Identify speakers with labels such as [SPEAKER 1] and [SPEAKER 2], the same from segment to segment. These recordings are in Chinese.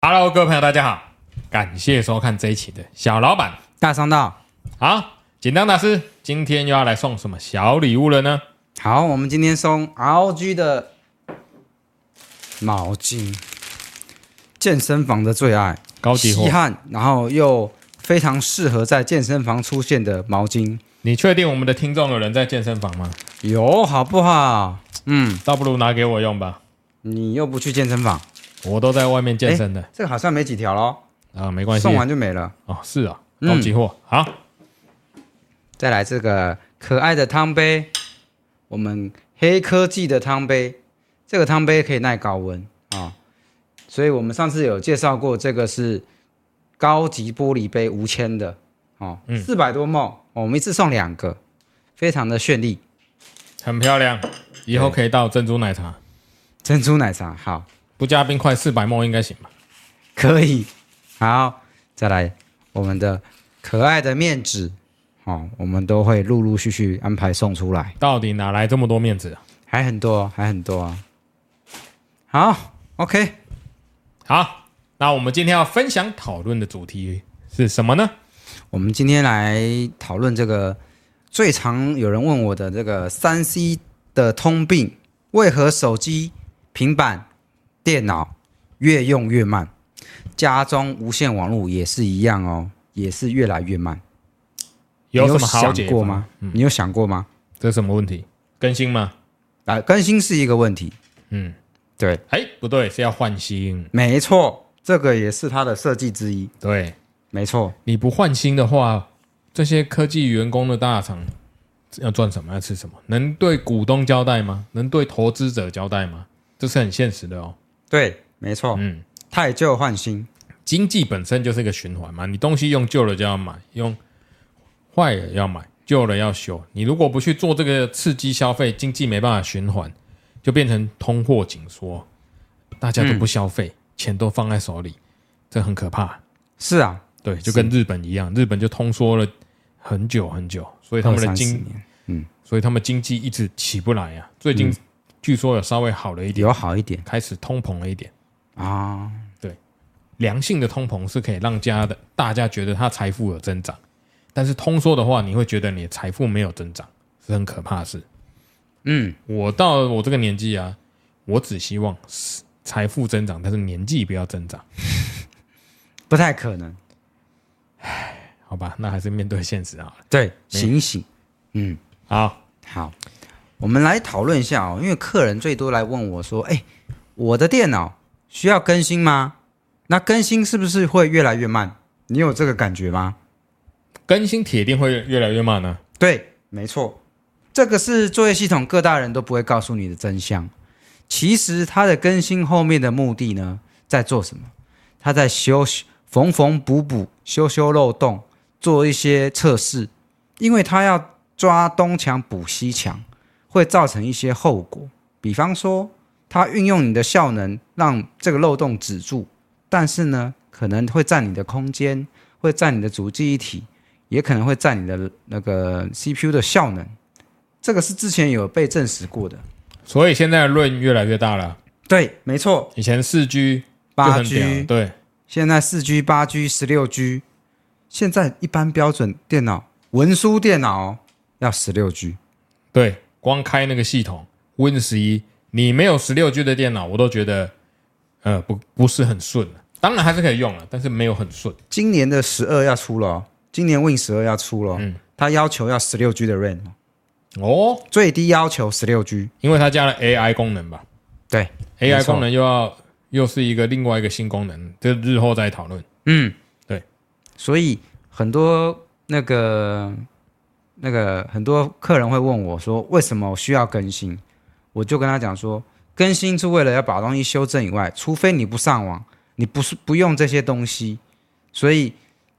[SPEAKER 1] Hello，各位朋友，大家好，感谢收看这一期的小老板。
[SPEAKER 2] 大商道。
[SPEAKER 1] 好，紧张大师，今天又要来送什么小礼物了呢？
[SPEAKER 2] 好，我们今天送 ROG 的毛巾，健身房的最爱，
[SPEAKER 1] 高级货
[SPEAKER 2] 稀，罕，然后又非常适合在健身房出现的毛巾，
[SPEAKER 1] 你确定我们的听众有人在健身房吗？
[SPEAKER 2] 有好不好？嗯，
[SPEAKER 1] 倒不如拿给我用吧，
[SPEAKER 2] 你又不去健身房，
[SPEAKER 1] 我都在外面健身的
[SPEAKER 2] 这个好像没几条咯，
[SPEAKER 1] 啊，没关系
[SPEAKER 2] 送。完就没了。
[SPEAKER 1] 哦，是啊，
[SPEAKER 2] 嗯
[SPEAKER 1] 高级货。好，
[SPEAKER 2] 再来这个可爱的汤杯，我们黑科技的汤杯，这个汤杯可以耐高温啊、所以我们上次有介绍过，这个是高级玻璃杯无铅的哦，四百多梦、哦，我们一次送两个，非常的绚丽。
[SPEAKER 1] 很漂亮，以后可以倒珍珠奶茶，
[SPEAKER 2] 珍珠奶茶好，
[SPEAKER 1] 不加冰块，四百沫应该行吧？
[SPEAKER 2] 可以，好，再来我们的可爱的面纸哦，我们都会陆陆续续安排送出来。
[SPEAKER 1] 到底哪来这么多面子啊？
[SPEAKER 2] 还很多，还很多啊。好，OK，
[SPEAKER 1] 好，那我们今天要分享讨论的主题是什么呢？
[SPEAKER 2] 我们今天来讨论这个最常有人问我的这个三 C 的通病，为何手机、平板、电脑越用越慢？家中无线网络也是一样哦，也是越来越慢。
[SPEAKER 1] 有
[SPEAKER 2] 你
[SPEAKER 1] 什
[SPEAKER 2] 有
[SPEAKER 1] 么好
[SPEAKER 2] 想
[SPEAKER 1] 解
[SPEAKER 2] 过
[SPEAKER 1] 方嗯
[SPEAKER 2] 吗？？你有想过吗？
[SPEAKER 1] 这是什么问题？更新吗？
[SPEAKER 2] 啊，更新是一个问题，
[SPEAKER 1] 嗯，
[SPEAKER 2] 对，
[SPEAKER 1] 哎，不对，是要换新。
[SPEAKER 2] 没错，这个也是它的设计之一，
[SPEAKER 1] 对，
[SPEAKER 2] 没错，
[SPEAKER 1] 你不换新的话，这些科技员工的大厂要赚什么，要吃什么？能对股东交代吗？能对投资者交代吗？这是很现实的哦。
[SPEAKER 2] 对，没错，
[SPEAKER 1] 嗯，
[SPEAKER 2] 太旧换新。
[SPEAKER 1] 经济本身就是一个循环嘛，你东西用旧了就要买，用坏了要买，旧了要修。你如果不去做这个刺激消费，经济没办法循环，就变成通货紧缩，大家都不消费，钱都放在手里，这很可怕。
[SPEAKER 2] 是啊，
[SPEAKER 1] 对，就跟日本一样，日本就通缩了很久很久，所以他们的
[SPEAKER 2] 二三十
[SPEAKER 1] 经，
[SPEAKER 2] 年
[SPEAKER 1] 所以他们经济一直起不来啊。最
[SPEAKER 2] 嗯
[SPEAKER 1] 近据说有稍微好了一点，
[SPEAKER 2] 有好一点
[SPEAKER 1] 开始通膨了一点。
[SPEAKER 2] 啊，
[SPEAKER 1] 良性的通膨是可以让家的大家觉得他财富有增长，但是通缩的话，你会觉得你的财富没有增长，是很可怕的事。
[SPEAKER 2] 嗯，
[SPEAKER 1] 我到我这个年纪啊，我只希望是财富增长，但是年纪不要增长，
[SPEAKER 2] 不太可能。
[SPEAKER 1] 好吧？那还是面对现实好了。
[SPEAKER 2] 对，醒醒。
[SPEAKER 1] 好，
[SPEAKER 2] 好，我们来讨论一下哦，因为客人最多来问我说：“哎，我的电脑需要更新吗？那更新是不是会越来越慢？你有这个感觉吗
[SPEAKER 1] 更新铁定会越来越慢呢、？”啊
[SPEAKER 2] 对，没错，这个是作业系统各大人都不会告诉你的真相。其实它的更新后面的目的呢，在做什么？它在修缝缝补补、修修漏洞，做一些测试，因为它要抓东墙补西墙，会造成一些后果。比方说，它运用你的效能让这个漏洞止住，但是呢，可能会占你的空间，会占你的主记忆体，也可能会占你的那个 CPU 的效能。这个是之前有被证实过的。
[SPEAKER 1] 所以现在的论越来越大了。
[SPEAKER 2] 对，没错，
[SPEAKER 1] 以前四 G 就
[SPEAKER 2] 八
[SPEAKER 1] 很
[SPEAKER 2] G
[SPEAKER 1] 屌，对，
[SPEAKER 2] 现在四 G、八 G、十六 G，现在一般标准电脑、文书电脑哦要十六 G。
[SPEAKER 1] 对，光开那个系统 Win 十一，你没有十六 G 的电脑，我都觉得呃不不是很顺。当然还是可以用了，但是没有很顺。
[SPEAKER 2] 今年的十二要出了、哦，今年 Win 十二要出了、哦，它要求要十六 G 的 RAM，哦
[SPEAKER 1] 哦，
[SPEAKER 2] 最低要求十六 G。
[SPEAKER 1] 因为它加了 AI 功能吧
[SPEAKER 2] 对，没
[SPEAKER 1] ，AI
[SPEAKER 2] 错
[SPEAKER 1] 功能又要又是一个另外一个新功能，这日后再讨论。
[SPEAKER 2] 嗯，
[SPEAKER 1] 对，
[SPEAKER 2] 所以很多那个那个很多客人会问我说，为什么我需要更新？我就跟他讲说，更新是为了要把东西修正以外，除非你不上网，你不是不用这些东西，所以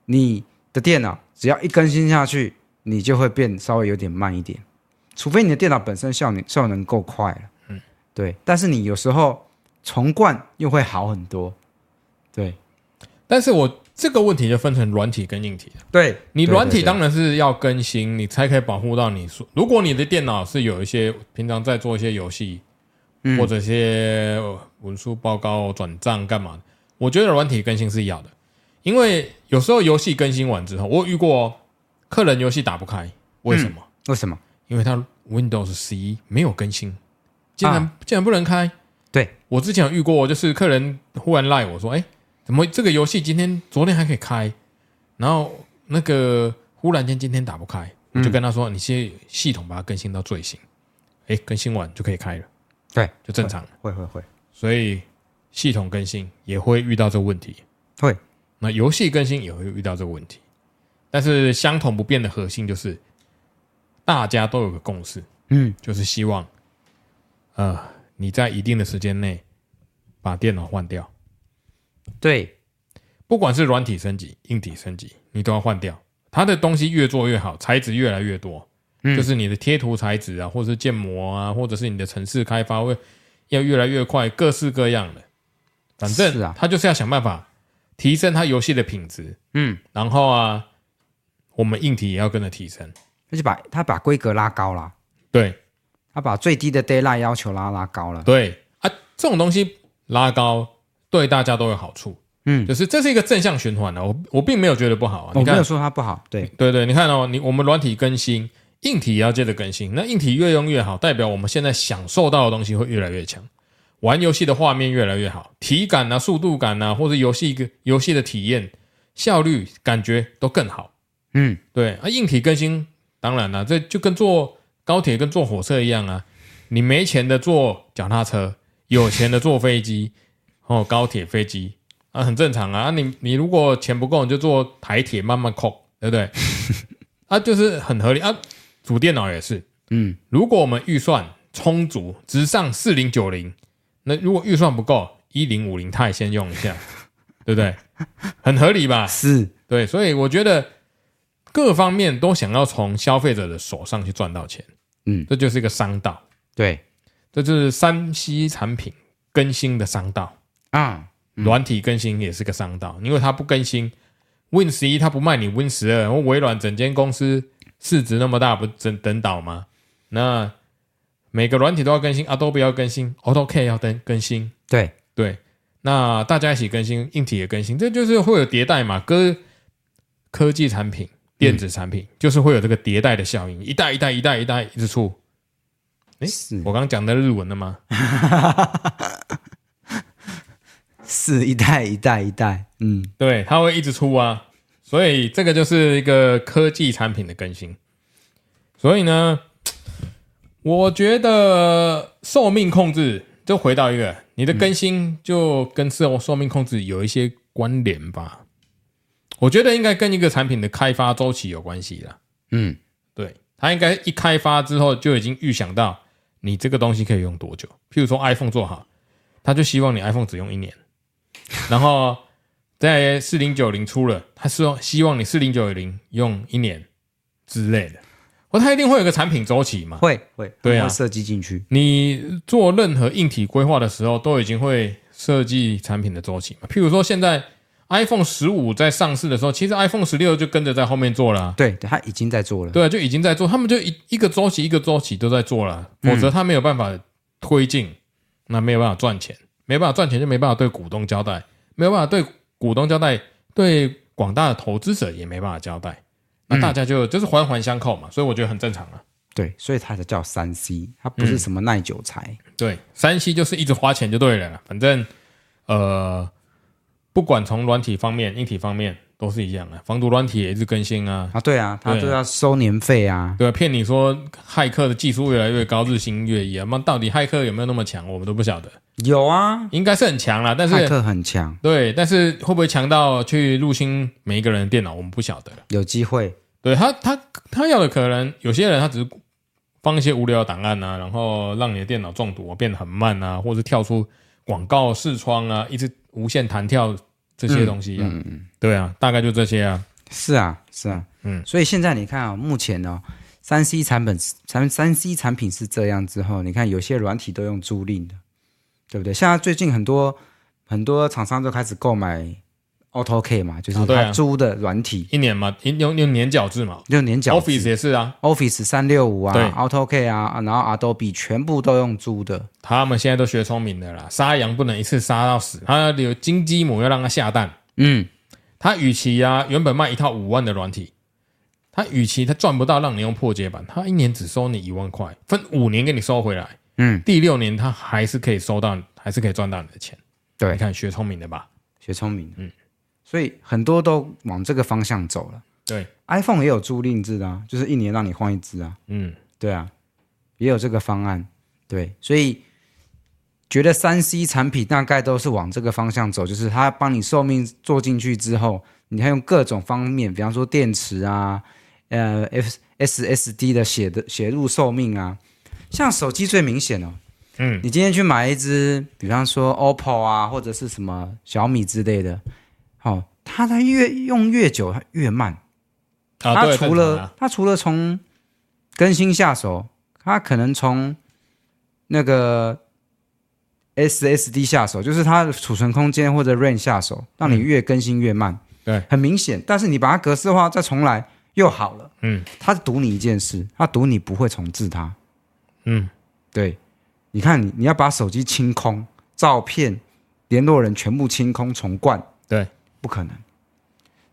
[SPEAKER 2] 你的电脑只要一更新下去，你就会变稍微有点慢一点，除非你的电脑本身效能效能够快了，嗯，对，但是你有时候重灌又会好很多，对
[SPEAKER 1] 但是我这个问题就分成软体跟硬体了。
[SPEAKER 2] 对，
[SPEAKER 1] 你
[SPEAKER 2] 对
[SPEAKER 1] 软
[SPEAKER 2] 对
[SPEAKER 1] 体
[SPEAKER 2] 对
[SPEAKER 1] 当然是要更新，你才可以保护到你所。如果你的电脑是有一些平常在
[SPEAKER 2] 嗯
[SPEAKER 1] 做一些游戏，或者一些呃文书报告、转账干嘛的，我觉得软体更新是要的，因为有时候游戏更新完之后，我有遇过、哦、客人游戏打不开，为什么？
[SPEAKER 2] 为什么？
[SPEAKER 1] 因为它 Windows 十一没有更新，竟然、竟然不能开。
[SPEAKER 2] 啊对
[SPEAKER 1] 我之前有遇过，就是客人忽然赖我说：“哎、怎么这个游戏今天昨天还可以开，然后那个忽然间今天打不开？”
[SPEAKER 2] 嗯
[SPEAKER 1] 我就跟他说：“你先系统把它更新到最新，哎，更新完就可以开了，
[SPEAKER 2] 对，
[SPEAKER 1] 就正常了。
[SPEAKER 2] 会会会，
[SPEAKER 1] 所以系统更新也会遇到这个问题，
[SPEAKER 2] 会。
[SPEAKER 1] 那游戏更新也会遇到这个问题，但是相同不变的核心就是大家都有个共识，
[SPEAKER 2] 嗯，
[SPEAKER 1] 就是希望，呃，你在一定的时间内把电脑换掉，
[SPEAKER 2] 对，
[SPEAKER 1] 不管是软体升级、硬体升级，你都要换掉。它的东西越做越好，材质越来越多，
[SPEAKER 2] 嗯
[SPEAKER 1] 就是你的贴图材质啊，或者是建模啊，或者是你的城市开发会要越来越快，各式各样的。反
[SPEAKER 2] 是
[SPEAKER 1] 正
[SPEAKER 2] 啊
[SPEAKER 1] 它就是要想办法提升它游戏的品质，
[SPEAKER 2] 嗯，
[SPEAKER 1] 然后啊，我们硬体也要跟着提升。
[SPEAKER 2] 而且把他把规格拉高了，
[SPEAKER 1] 对
[SPEAKER 2] 他把最低的 d a y l i g h t 要求拉拉高了，
[SPEAKER 1] 对啊，这种东西拉高对大家都有好处，
[SPEAKER 2] 嗯，
[SPEAKER 1] 就是这是一个正向循环的、啊我我并没有觉得不好啊，
[SPEAKER 2] 我
[SPEAKER 1] 你
[SPEAKER 2] 哦没
[SPEAKER 1] 看
[SPEAKER 2] 有说他不好，对，
[SPEAKER 1] 对对，你看哦，你我们软体更新，硬体也要接着更新。那硬体越用越好，代表我们现在享受到的东西会越来越强，玩游戏的画面越来越好，体感啊、速度感啊，或者游戏一个游戏的体验、效率、感觉都更好。
[SPEAKER 2] 嗯，
[SPEAKER 1] 对啊，硬体更新，当然啦、这就跟坐高铁跟坐火车一样啊，你没钱的坐脚踏车，有钱的坐飞机， 哦，高铁、飞机啊，很正常啊。啊你你如果钱不够，你就坐台铁慢慢扣，对不对？啊，就是很合理啊。主电脑也是，
[SPEAKER 2] 嗯，
[SPEAKER 1] 如果我们预算充足，直上四零九零，那如果预算不够，一零五零钛先用一下，对不对？很合理吧？
[SPEAKER 2] 是，
[SPEAKER 1] 对，所以我觉得各方面都想要从消费者的手上去赚到钱，
[SPEAKER 2] 嗯，
[SPEAKER 1] 这就是一个商道，
[SPEAKER 2] 对，
[SPEAKER 1] 这就是三 C 产品更新的商道，
[SPEAKER 2] 啊，
[SPEAKER 1] 软体更新也是个商道，因为它不更新，Win 十一它不卖你 Win 十二，然后微软整间公司市值那么大，不整等倒吗？那每个软体都要更新，Adobe 要更新，AutoCAD 要更更新，
[SPEAKER 2] 对，
[SPEAKER 1] 对，那大家一起更新，硬体也更新，这就是会有迭代嘛。跟科技产品、电子产品，就是会有这个迭代的效应，一代一代一代一代一直出。诶
[SPEAKER 2] 是
[SPEAKER 1] 我刚刚讲的日文了吗？
[SPEAKER 2] 是一代一代一代，嗯，
[SPEAKER 1] 对，它会一直出啊。所以这个就是一个科技产品的更新。所以呢，我觉得寿命控制就回到一个，你的更新就跟寿寿命控制有一些关联吧。我觉得应该跟一个产品的开发周期有关系啦。
[SPEAKER 2] 嗯，
[SPEAKER 1] 对，它应该一开发之后就已经预想到你这个东西可以用多久。譬如说 iPhone 做好，他就希望你 iPhone 只用一年，然后在四零九零出了，他希望希望你四零九零用一年之类的。我它一定会有个产品周期嘛？
[SPEAKER 2] 会会，
[SPEAKER 1] 对啊
[SPEAKER 2] 会设计进去，
[SPEAKER 1] 你做任何硬体规划的时候，都已经会设计产品的周期嘛？譬如说，现在 iPhone 十五在上市的时候，其实 iPhone 十六就跟着在后面做了啊、
[SPEAKER 2] 对，对他已经在做了，
[SPEAKER 1] 对啊，就已经在做，他们就一一个周期一个周期都在做了，啊否则他没有办法推进，那没有办法赚钱，没办法赚钱就没办法对股东交代，没有办法对股东交代，对广大的投资者也没办法交代，那大家就、就是环环相扣嘛，所以我觉得很正常啊。
[SPEAKER 2] 对，所以它才叫三 C，它
[SPEAKER 1] 嗯
[SPEAKER 2] 不是什么耐久材，
[SPEAKER 1] 对，山西就是一直花钱就对了啦，反正呃，不管从软体方面、硬体方面都是一样的，防毒软体也一直更新啊，
[SPEAKER 2] 啊，对啊，它
[SPEAKER 1] 对啊
[SPEAKER 2] 就要收年费啊，
[SPEAKER 1] 对，骗你说骇客的技术越来越高，日新月异啊！那到底骇客有没有那么强，我们都不晓得。
[SPEAKER 2] 有啊，
[SPEAKER 1] 应该是很强啦，但
[SPEAKER 2] 骇
[SPEAKER 1] 是
[SPEAKER 2] 客很强，
[SPEAKER 1] 对，但是会不会强到去入侵每一个人的电脑，我们不晓得了。
[SPEAKER 2] 有机会，
[SPEAKER 1] 对他，他他要的可能有些人他只是放一些无聊的档案啊，然后让你的电脑中毒、啊，变得很慢啊，或者是跳出广告视窗啊，一直无限弹跳这些东西、啊。
[SPEAKER 2] 嗯嗯，
[SPEAKER 1] 对啊，大概就这些啊。
[SPEAKER 2] 是啊是啊，
[SPEAKER 1] 嗯，
[SPEAKER 2] 所以现在你看啊、目前呢、三 C 产品产三 C 产品是这样之后，你看有些软体都用租赁的，对不对？像最近很多很多厂商都开始购买 AutoK 嘛，就是
[SPEAKER 1] 啊对啊
[SPEAKER 2] 它租的软体，
[SPEAKER 1] 一年嘛，一用用年缴制嘛
[SPEAKER 2] 就年缴
[SPEAKER 1] ，Office 也是啊，
[SPEAKER 2] Office 三六五啊
[SPEAKER 1] 对
[SPEAKER 2] ，AutoK 啊，啊然后 Adobe 全部都用租的，
[SPEAKER 1] 他们现在都学聪明的啦，杀羊不能一次杀到死，他有金鸡母要让它下蛋，
[SPEAKER 2] 嗯，
[SPEAKER 1] 他与其啊原本卖一套五万的软体，他与其他赚不到让你用破解版，他一年只收你一万块，分五年给你收回来，
[SPEAKER 2] 嗯，
[SPEAKER 1] 第六年他还是可以收到，还是可以赚到你的钱。
[SPEAKER 2] 对
[SPEAKER 1] 你看学聪明的吧？
[SPEAKER 2] 学聪明，嗯，所以很多都往这个方向走了。
[SPEAKER 1] 对，
[SPEAKER 2] iPhone 也有租赁制的啊，就是一年让你换一只啊，
[SPEAKER 1] 嗯，
[SPEAKER 2] 对啊，也有这个方案，对，所以觉得三 C 产品大概都是往这个方向走，就是它帮你寿命做进去之后，你还用各种方面，比方说电池啊，呃，S SSD 的写的写入寿命啊，像手机最明显哦，
[SPEAKER 1] 嗯，
[SPEAKER 2] 你今天去买一只，比方说 OPPO 啊，或者是什么小米之类的，好、它它越用越久，它越慢。
[SPEAKER 1] 啊，
[SPEAKER 2] 它
[SPEAKER 1] 对
[SPEAKER 2] 除
[SPEAKER 1] 正
[SPEAKER 2] 了、
[SPEAKER 1] 常啊
[SPEAKER 2] 它除了从更新下手，它可能从那个 SSD 下手，就是它的储存空间或者 RAM 下手，让你越更新越慢。
[SPEAKER 1] 嗯对，
[SPEAKER 2] 很明显。但是你把它格式化再重来又好了。
[SPEAKER 1] 嗯，
[SPEAKER 2] 它赌你一件事，它赌你不会重置它。
[SPEAKER 1] 嗯，
[SPEAKER 2] 对，你看你你要把手机清空，照片、联络人全部清空重灌，
[SPEAKER 1] 对，
[SPEAKER 2] 不可能。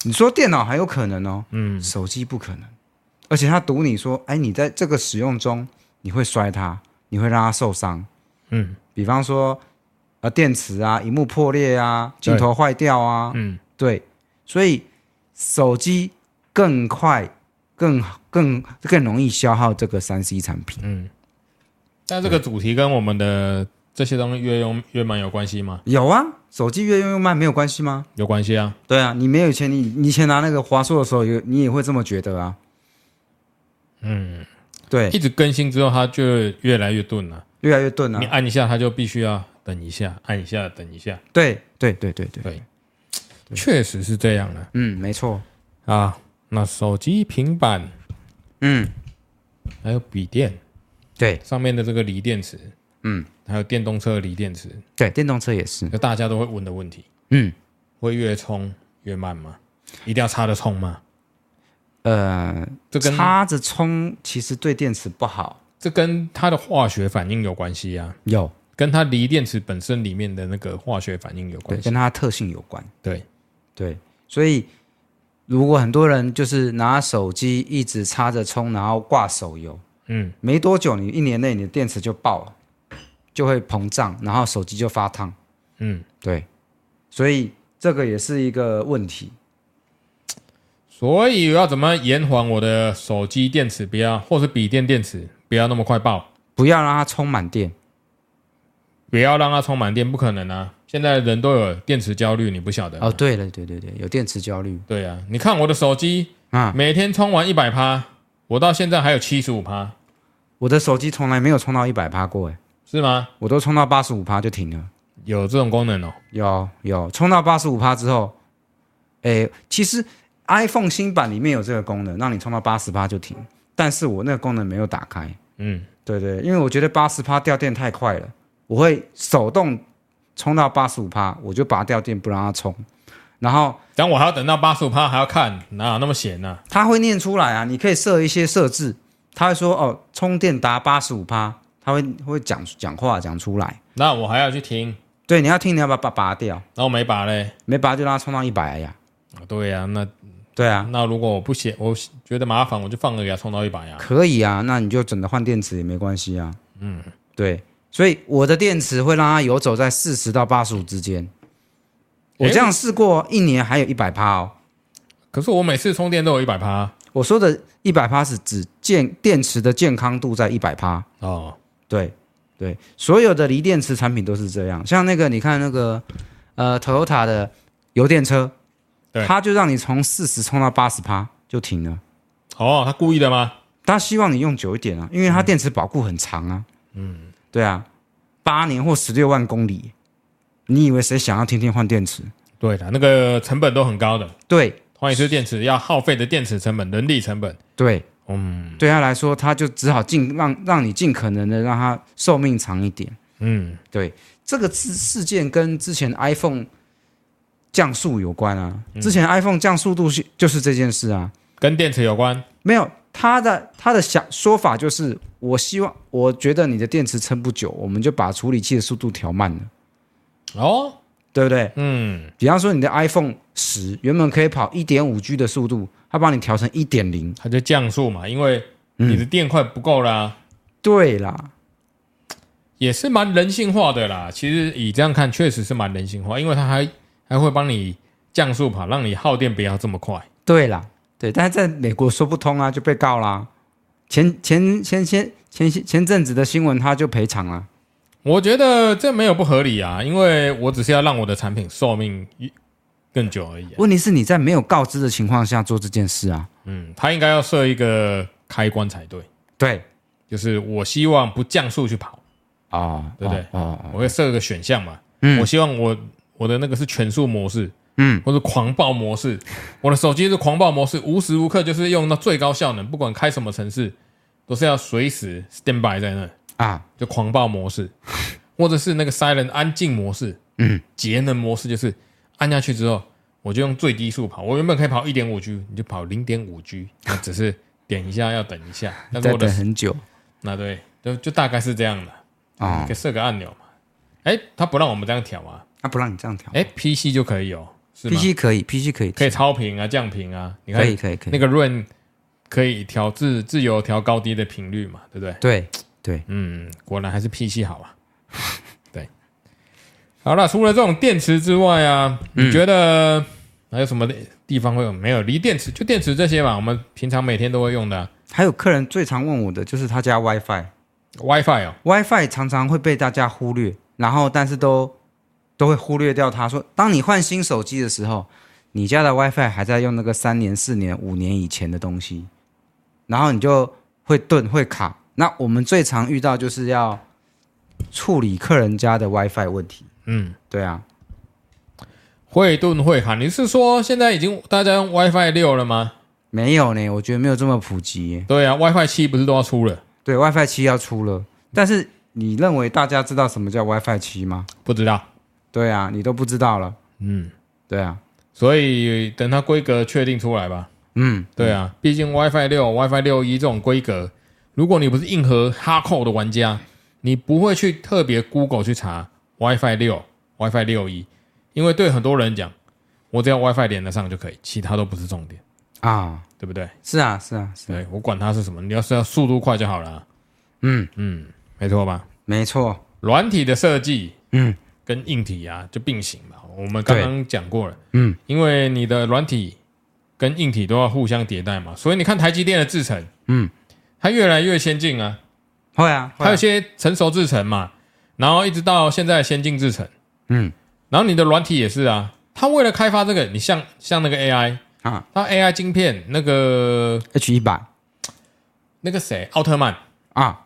[SPEAKER 2] 你说电脑还有可能哦，
[SPEAKER 1] 嗯，
[SPEAKER 2] 手机不可能。而且他赌你说，哎，你在这个使用中你会摔它，你会让它受伤。
[SPEAKER 1] 嗯，
[SPEAKER 2] 比方说，呃，电池啊，荧幕破裂啊，镜头坏掉啊，
[SPEAKER 1] 嗯，
[SPEAKER 2] 对，所以手机更快、更更更容易消耗这个三 C 产
[SPEAKER 1] 嗯
[SPEAKER 2] 品。
[SPEAKER 1] 但这个主题跟我们的这些东西越用越慢有关系吗？
[SPEAKER 2] 有啊，手机越用越慢没有关系吗？
[SPEAKER 1] 有关系啊，
[SPEAKER 2] 对啊，你没有以前你你以前拿那个华硕的时候，有你也会这么觉得啊。嗯，对，
[SPEAKER 1] 一直更新之后它就越来越钝了，
[SPEAKER 2] 越来越钝啊
[SPEAKER 1] 你。按一下它就必须要等一下，按一下等一下，
[SPEAKER 2] 对对对对对，
[SPEAKER 1] 对，确实是这样的
[SPEAKER 2] 嗯，没错，
[SPEAKER 1] 啊。那手机、平板
[SPEAKER 2] 嗯，
[SPEAKER 1] 还有笔电
[SPEAKER 2] 对
[SPEAKER 1] 上面的这个锂电池，
[SPEAKER 2] 嗯，
[SPEAKER 1] 还有电动车的锂电池，
[SPEAKER 2] 对，电动车也是，
[SPEAKER 1] 就大家都会问的问题，
[SPEAKER 2] 嗯，
[SPEAKER 1] 会越充越慢吗？一定要插着充吗？
[SPEAKER 2] 呃，
[SPEAKER 1] 这跟
[SPEAKER 2] 插着充其实对电池不好。
[SPEAKER 1] 这跟它的化学反应有关系啊，
[SPEAKER 2] 有，
[SPEAKER 1] 跟它锂电池本身里面的那个化学反应有
[SPEAKER 2] 对，
[SPEAKER 1] 关系
[SPEAKER 2] 跟。它的特性有关。
[SPEAKER 1] 对，
[SPEAKER 2] 对，所以如果很多人就是拿手机一直插着充，然后挂手游，
[SPEAKER 1] 嗯，
[SPEAKER 2] 没多久你一年内你的电池就爆了，就会膨胀，然后手机就发烫。
[SPEAKER 1] 嗯，
[SPEAKER 2] 对，所以这个也是一个问题。
[SPEAKER 1] 所以我要怎么延缓我的手机电池不要，或是笔电电池不要那么快爆？
[SPEAKER 2] 不要让它充满电，
[SPEAKER 1] 不要让它充满电，不可能啊！现在人都有电池焦虑，你不晓得、
[SPEAKER 2] 哦，对了，对对对，有电池焦虑
[SPEAKER 1] 对啊，你看我的手机
[SPEAKER 2] 啊！
[SPEAKER 1] 每天充完一百趴，我到现在还有七十五趴，
[SPEAKER 2] 我的手机从来没有充到一百趴过，哎，
[SPEAKER 1] 是吗？
[SPEAKER 2] 我都充到八十五趴就停了。
[SPEAKER 1] 有这种功能哦。
[SPEAKER 2] 有有，充到八十五趴之后，哎，其实 iPhone 新版里面有这个功能，让你充到八十趴就停，但是我那个功能没有打开。
[SPEAKER 1] 嗯，
[SPEAKER 2] 对对，因为我觉得八十趴掉电太快了，我会手动充到八十五趴，我就拔掉电不让它充，然后
[SPEAKER 1] 但我还要等到八十五趴还要看，哪有那么闲呢、
[SPEAKER 2] 它会念出来啊，你可以设一些设置，它会说哦，充电达八十五趴，它会会讲讲话讲出来。
[SPEAKER 1] 那我还要去听，
[SPEAKER 2] 对，你要听，你要把把拔掉，
[SPEAKER 1] 然后没拔嘞。
[SPEAKER 2] 没拔就让它充到一百呀。
[SPEAKER 1] 啊对呀、啊，那
[SPEAKER 2] 对啊，
[SPEAKER 1] 那如果我不嫌，我觉得麻烦，我就放着给它充到一百呀。
[SPEAKER 2] 可以啊，那你就整的换电池也没关系啊。嗯，对，所以我的电池会让它游走在四十到八十五之间。我
[SPEAKER 1] 诶
[SPEAKER 2] 这样试过，一年还有一百趴哦。
[SPEAKER 1] 可是我每次充电都有一百趴
[SPEAKER 2] 我说的一百趴是指健电池的健康度在一百趴。
[SPEAKER 1] 哦。
[SPEAKER 2] 对对，所有的锂电池产品都是这样，像那个你看那个呃 Toyota 的油电车，
[SPEAKER 1] 对
[SPEAKER 2] 它就让你从四十充到八十趴就停了。
[SPEAKER 1] 哦，他故意的吗？
[SPEAKER 2] 他希望你用久一点啊，因为它电池保固很长啊。嗯，对啊，八年或十六万公里，你以为谁想要天天换电池？
[SPEAKER 1] 对的，那个成本都很高的，
[SPEAKER 2] 对
[SPEAKER 1] 换一次电池要耗费的电池成本、人力成本。
[SPEAKER 2] 对，
[SPEAKER 1] 嗯
[SPEAKER 2] 对他来说，他就只好尽让让你尽可能的让它寿命长一点。
[SPEAKER 1] 嗯，
[SPEAKER 2] 对这个事事件跟之前 iPhone 降速有关啊。之前 iPhone 降速度是就是这件事啊，
[SPEAKER 1] 跟电池有关，
[SPEAKER 2] 没有他的他的想说法就是，我希望我觉得你的电池撑不久，我们就把处理器的速度调慢了，
[SPEAKER 1] 哦，
[SPEAKER 2] 对不对？
[SPEAKER 1] 嗯，
[SPEAKER 2] 比方说你的 iPhone 十原本可以跑一点五 G 的速度，它帮你调成一点零。
[SPEAKER 1] 它就降速嘛，因为你的电快不够啦、
[SPEAKER 2] 对啦，
[SPEAKER 1] 也是蛮人性化的啦。其实以这样看，确实是蛮人性化，因为它还还会帮你降速跑，让你耗电不要这么快。
[SPEAKER 2] 对啦，对，但是在美国说不通啊，就被告啦。前前前前前前阵子的新闻，他就赔偿了。
[SPEAKER 1] 我觉得这没有不合理啊，因为我只是要让我的产品寿命更久而已啊、
[SPEAKER 2] 问题是你在没有告知的情况下做这件事啊？
[SPEAKER 1] 嗯，它应该要设一个开关才对，
[SPEAKER 2] 对
[SPEAKER 1] 就是我希望不降速去跑，
[SPEAKER 2] 啊，
[SPEAKER 1] 对不对
[SPEAKER 2] 哦哦，
[SPEAKER 1] 我会设个选项嘛。
[SPEAKER 2] 嗯
[SPEAKER 1] 我希望我我的那个是全速模式，
[SPEAKER 2] 嗯，
[SPEAKER 1] 或者狂暴模式。我的手机是狂暴模式，无时无刻就是用到最高效能，不管开什么城市，都是要随时 stand by 在那，
[SPEAKER 2] 啊，
[SPEAKER 1] 就狂暴模式，或者是那个 silent 安静模式，
[SPEAKER 2] 嗯，
[SPEAKER 1] 节能模式就是按下去之后，我就用最低速跑。我原本可以跑一点五 G，你就跑零点五 G，那只是点一下要等一下，但是
[SPEAKER 2] 再
[SPEAKER 1] 我的
[SPEAKER 2] 等很久
[SPEAKER 1] 那对，就就大概是这样的，
[SPEAKER 2] 啊，
[SPEAKER 1] 可以设个按钮嘛。哎，他不让我们这样调啊，
[SPEAKER 2] 他不让你这样调。
[SPEAKER 1] 哎，PC 就可以哦，是吗？
[SPEAKER 2] PC 可以，PC 可以，
[SPEAKER 1] 可以超频啊，降频啊，你看
[SPEAKER 2] 可以，可以，可
[SPEAKER 1] 那
[SPEAKER 2] 以。
[SPEAKER 1] 个润可以调自自由调高低的频率嘛，对不对？
[SPEAKER 2] 对对，
[SPEAKER 1] 嗯，果然还是 PC 好 啊。对，好了，除了这种电池之外啊，
[SPEAKER 2] 嗯
[SPEAKER 1] 你觉得还有什么地方会有没有？离电池就电池这些嘛，我们平常每天都会用的啊、
[SPEAKER 2] 还有客人最常问我的就是他家 WiFi。
[SPEAKER 1] WiFi 哦，
[SPEAKER 2] WiFi 常常会被大家忽略，然后但是都都会忽略掉它。说，当你换新手机的时候，你家的 WiFi 还在用那个三年、四年、五年以前的东西，然后你就会顿会卡。那我们最常遇到就是要处理客人家的 WiFi 问题。
[SPEAKER 1] 嗯，
[SPEAKER 2] 对啊，
[SPEAKER 1] 会顿会卡。你是说现在已经大家用 WiFi 六了吗？
[SPEAKER 2] 没有呢，我觉得没有这么普及耶。
[SPEAKER 1] 对啊，WiFi 七不是都要出了？
[SPEAKER 2] 对，WiFi 七要出了，但是你认为大家知道什么叫 WiFi 七吗？
[SPEAKER 1] 不知道，
[SPEAKER 2] 对啊，你都不知道了。
[SPEAKER 1] 嗯，
[SPEAKER 2] 对啊，
[SPEAKER 1] 所以等它规格确定出来吧。
[SPEAKER 2] 嗯，
[SPEAKER 1] 对啊，毕竟 WiFi 六、WiFi 六一这种规格，如果你不是硬核哈扣的玩家，你不会去特别 Google 去查 WiFi 六、WiFi 六一，因为对很多人讲，我只要 WiFi 连得上就可以，其他都不是重点，
[SPEAKER 2] 啊，
[SPEAKER 1] 对不对？
[SPEAKER 2] 是啊，是啊，是啊。
[SPEAKER 1] 对我管它是什么，你要是要速度快就好了啊。
[SPEAKER 2] 嗯
[SPEAKER 1] 嗯，没错吧？
[SPEAKER 2] 没错，
[SPEAKER 1] 软体的设计，
[SPEAKER 2] 嗯，
[SPEAKER 1] 跟硬体啊就并行嘛。我们刚刚讲过了，
[SPEAKER 2] 嗯，
[SPEAKER 1] 因为你的软体跟硬体都要互相迭代嘛，所以你看台积电的制程，
[SPEAKER 2] 嗯，
[SPEAKER 1] 它越来越先进啊，
[SPEAKER 2] 会啊，会
[SPEAKER 1] 它有
[SPEAKER 2] 啊
[SPEAKER 1] 些成熟制程嘛，然后一直到现在的先进制程，
[SPEAKER 2] 嗯，
[SPEAKER 1] 然后你的软体也是啊，它为了开发这个，你像像那个 AI，
[SPEAKER 2] 啊
[SPEAKER 1] 它 AI 晶片那个
[SPEAKER 2] ，H 一百
[SPEAKER 1] 那个谁，奥特曼，
[SPEAKER 2] 啊，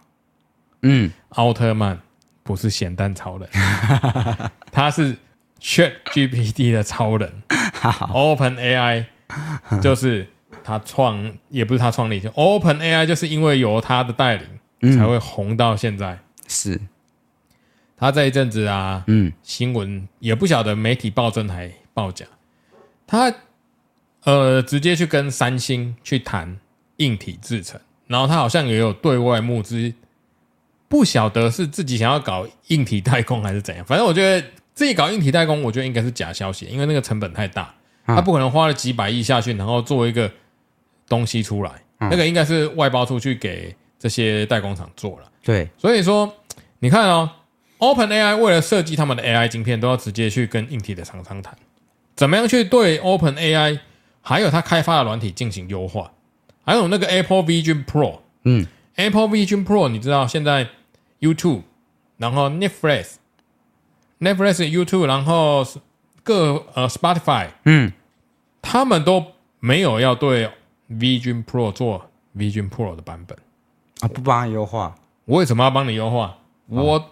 [SPEAKER 2] 嗯，
[SPEAKER 1] 奥特曼不是咸蛋超人，他是 Chat GPT 的超人，Open AI 就是他创，也不是他创立，就 Open AI 就是因为有他的带领、才会红到现在。
[SPEAKER 2] 是，
[SPEAKER 1] 他这一阵子啊，
[SPEAKER 2] 嗯
[SPEAKER 1] 新闻也不晓得媒体报真还报假，他呃直接去跟三星去谈硬体制程，然后他好像也有对外募资，不晓得是自己想要搞硬体代工还是怎样，反正我觉得自己搞硬体代工，我觉得应该是假消息，因为那个成本太大，
[SPEAKER 2] 嗯
[SPEAKER 1] 他不可能花了几百亿下去，然后做一个东西出来，那个应该是外包出去给这些代工厂做了。
[SPEAKER 2] 对，
[SPEAKER 1] 所以说，你看哦，OpenAI 为了设计他们的 AI 晶片，都要直接去跟硬体的厂商谈，怎么样去对 OpenAI 还有它开发的软体进行优化，还有那个 Apple Vision Pro，
[SPEAKER 2] 嗯
[SPEAKER 1] ，Apple Vision Pro，你知道现在 YouTube，然后 Netflix、Netflix、YouTube，然后各呃 Spotify，
[SPEAKER 2] 嗯，
[SPEAKER 1] 他们都没有要对 Vision Pro 做 Vision Pro 的版本。
[SPEAKER 2] 啊，不帮他优化，
[SPEAKER 1] 我为什么要帮你优化？我、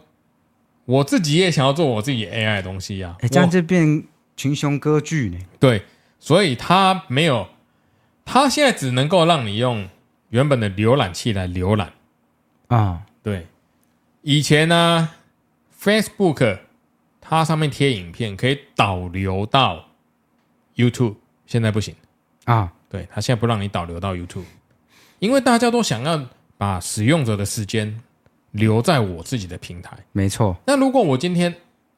[SPEAKER 1] 我自己也想要做我自己 AI 的东西呀、
[SPEAKER 2] 哎，这样
[SPEAKER 1] 我
[SPEAKER 2] 就变群雄割据呢，
[SPEAKER 1] 对，所以它没有，它现在只能够让你用原本的浏览器来浏览。
[SPEAKER 2] 啊，
[SPEAKER 1] 对，以前呢、f a c e b o o k 它上面贴影片可以导流到 YouTube 现在不行，
[SPEAKER 2] 啊，
[SPEAKER 1] 对他现在不让你导流到 YouTube，因为大家都想要把使用者的时间留在我自己的平台。
[SPEAKER 2] 没错，
[SPEAKER 1] 那如果我今天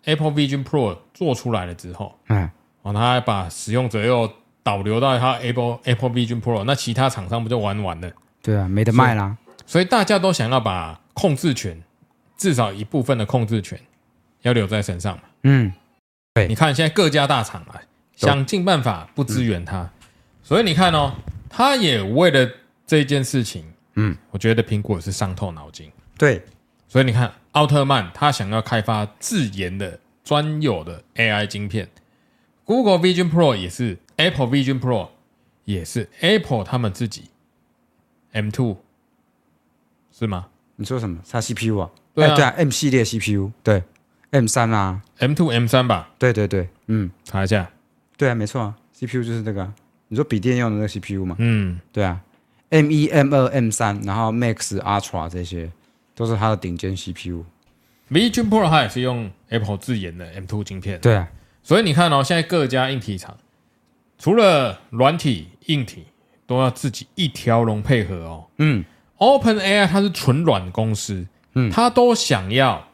[SPEAKER 1] Apple Vision Pro 做出来了之后，
[SPEAKER 2] 嗯，
[SPEAKER 1] 哦，他还把使用者又导流到他 Apple Apple Vision Pro，那其他厂商不就玩完了？
[SPEAKER 2] 对啊，没得卖啦，
[SPEAKER 1] 所以大家都想要把控制权，至少一部分的控制权要留在身上嘛。
[SPEAKER 2] 嗯，对
[SPEAKER 1] 你看现在各家大厂啊，
[SPEAKER 2] 都嗯
[SPEAKER 1] 想尽办法不支援它，所以你看哦，他也为了这件事情，
[SPEAKER 2] 嗯，
[SPEAKER 1] 我觉得苹果是伤透脑筋。
[SPEAKER 2] 对，
[SPEAKER 1] 所以你看，奥特曼他想要开发自研的专有的 AI 晶片，Google Vision Pro 也是，Apple Vision Pro 也是，Apple 他们自己 M2 是吗
[SPEAKER 2] 你说什么？它 CPU 啊？
[SPEAKER 1] 对啊
[SPEAKER 2] 哎对啊，M 系列 CPU，对，M 三啊，
[SPEAKER 1] ？M2 M3 吧，
[SPEAKER 2] 对对对，嗯，
[SPEAKER 1] 查一下。
[SPEAKER 2] 对啊，没错啊，CPU 就是这个啊，你说笔电用的那个 CPU 嘛，
[SPEAKER 1] 嗯，
[SPEAKER 2] 对啊，M 一、M 二、M 三，然后 Max、Ultra 这些都是它的顶尖 CPU，
[SPEAKER 1] Vision Pro 它也是用 Apple 自研的 M2 晶片，
[SPEAKER 2] 对啊，
[SPEAKER 1] 所以你看哦，现在各家硬体厂除了软体、硬体都要自己一条龙配合哦。
[SPEAKER 2] 嗯
[SPEAKER 1] OpenAI 它是纯软公司，
[SPEAKER 2] 嗯
[SPEAKER 1] 它都想要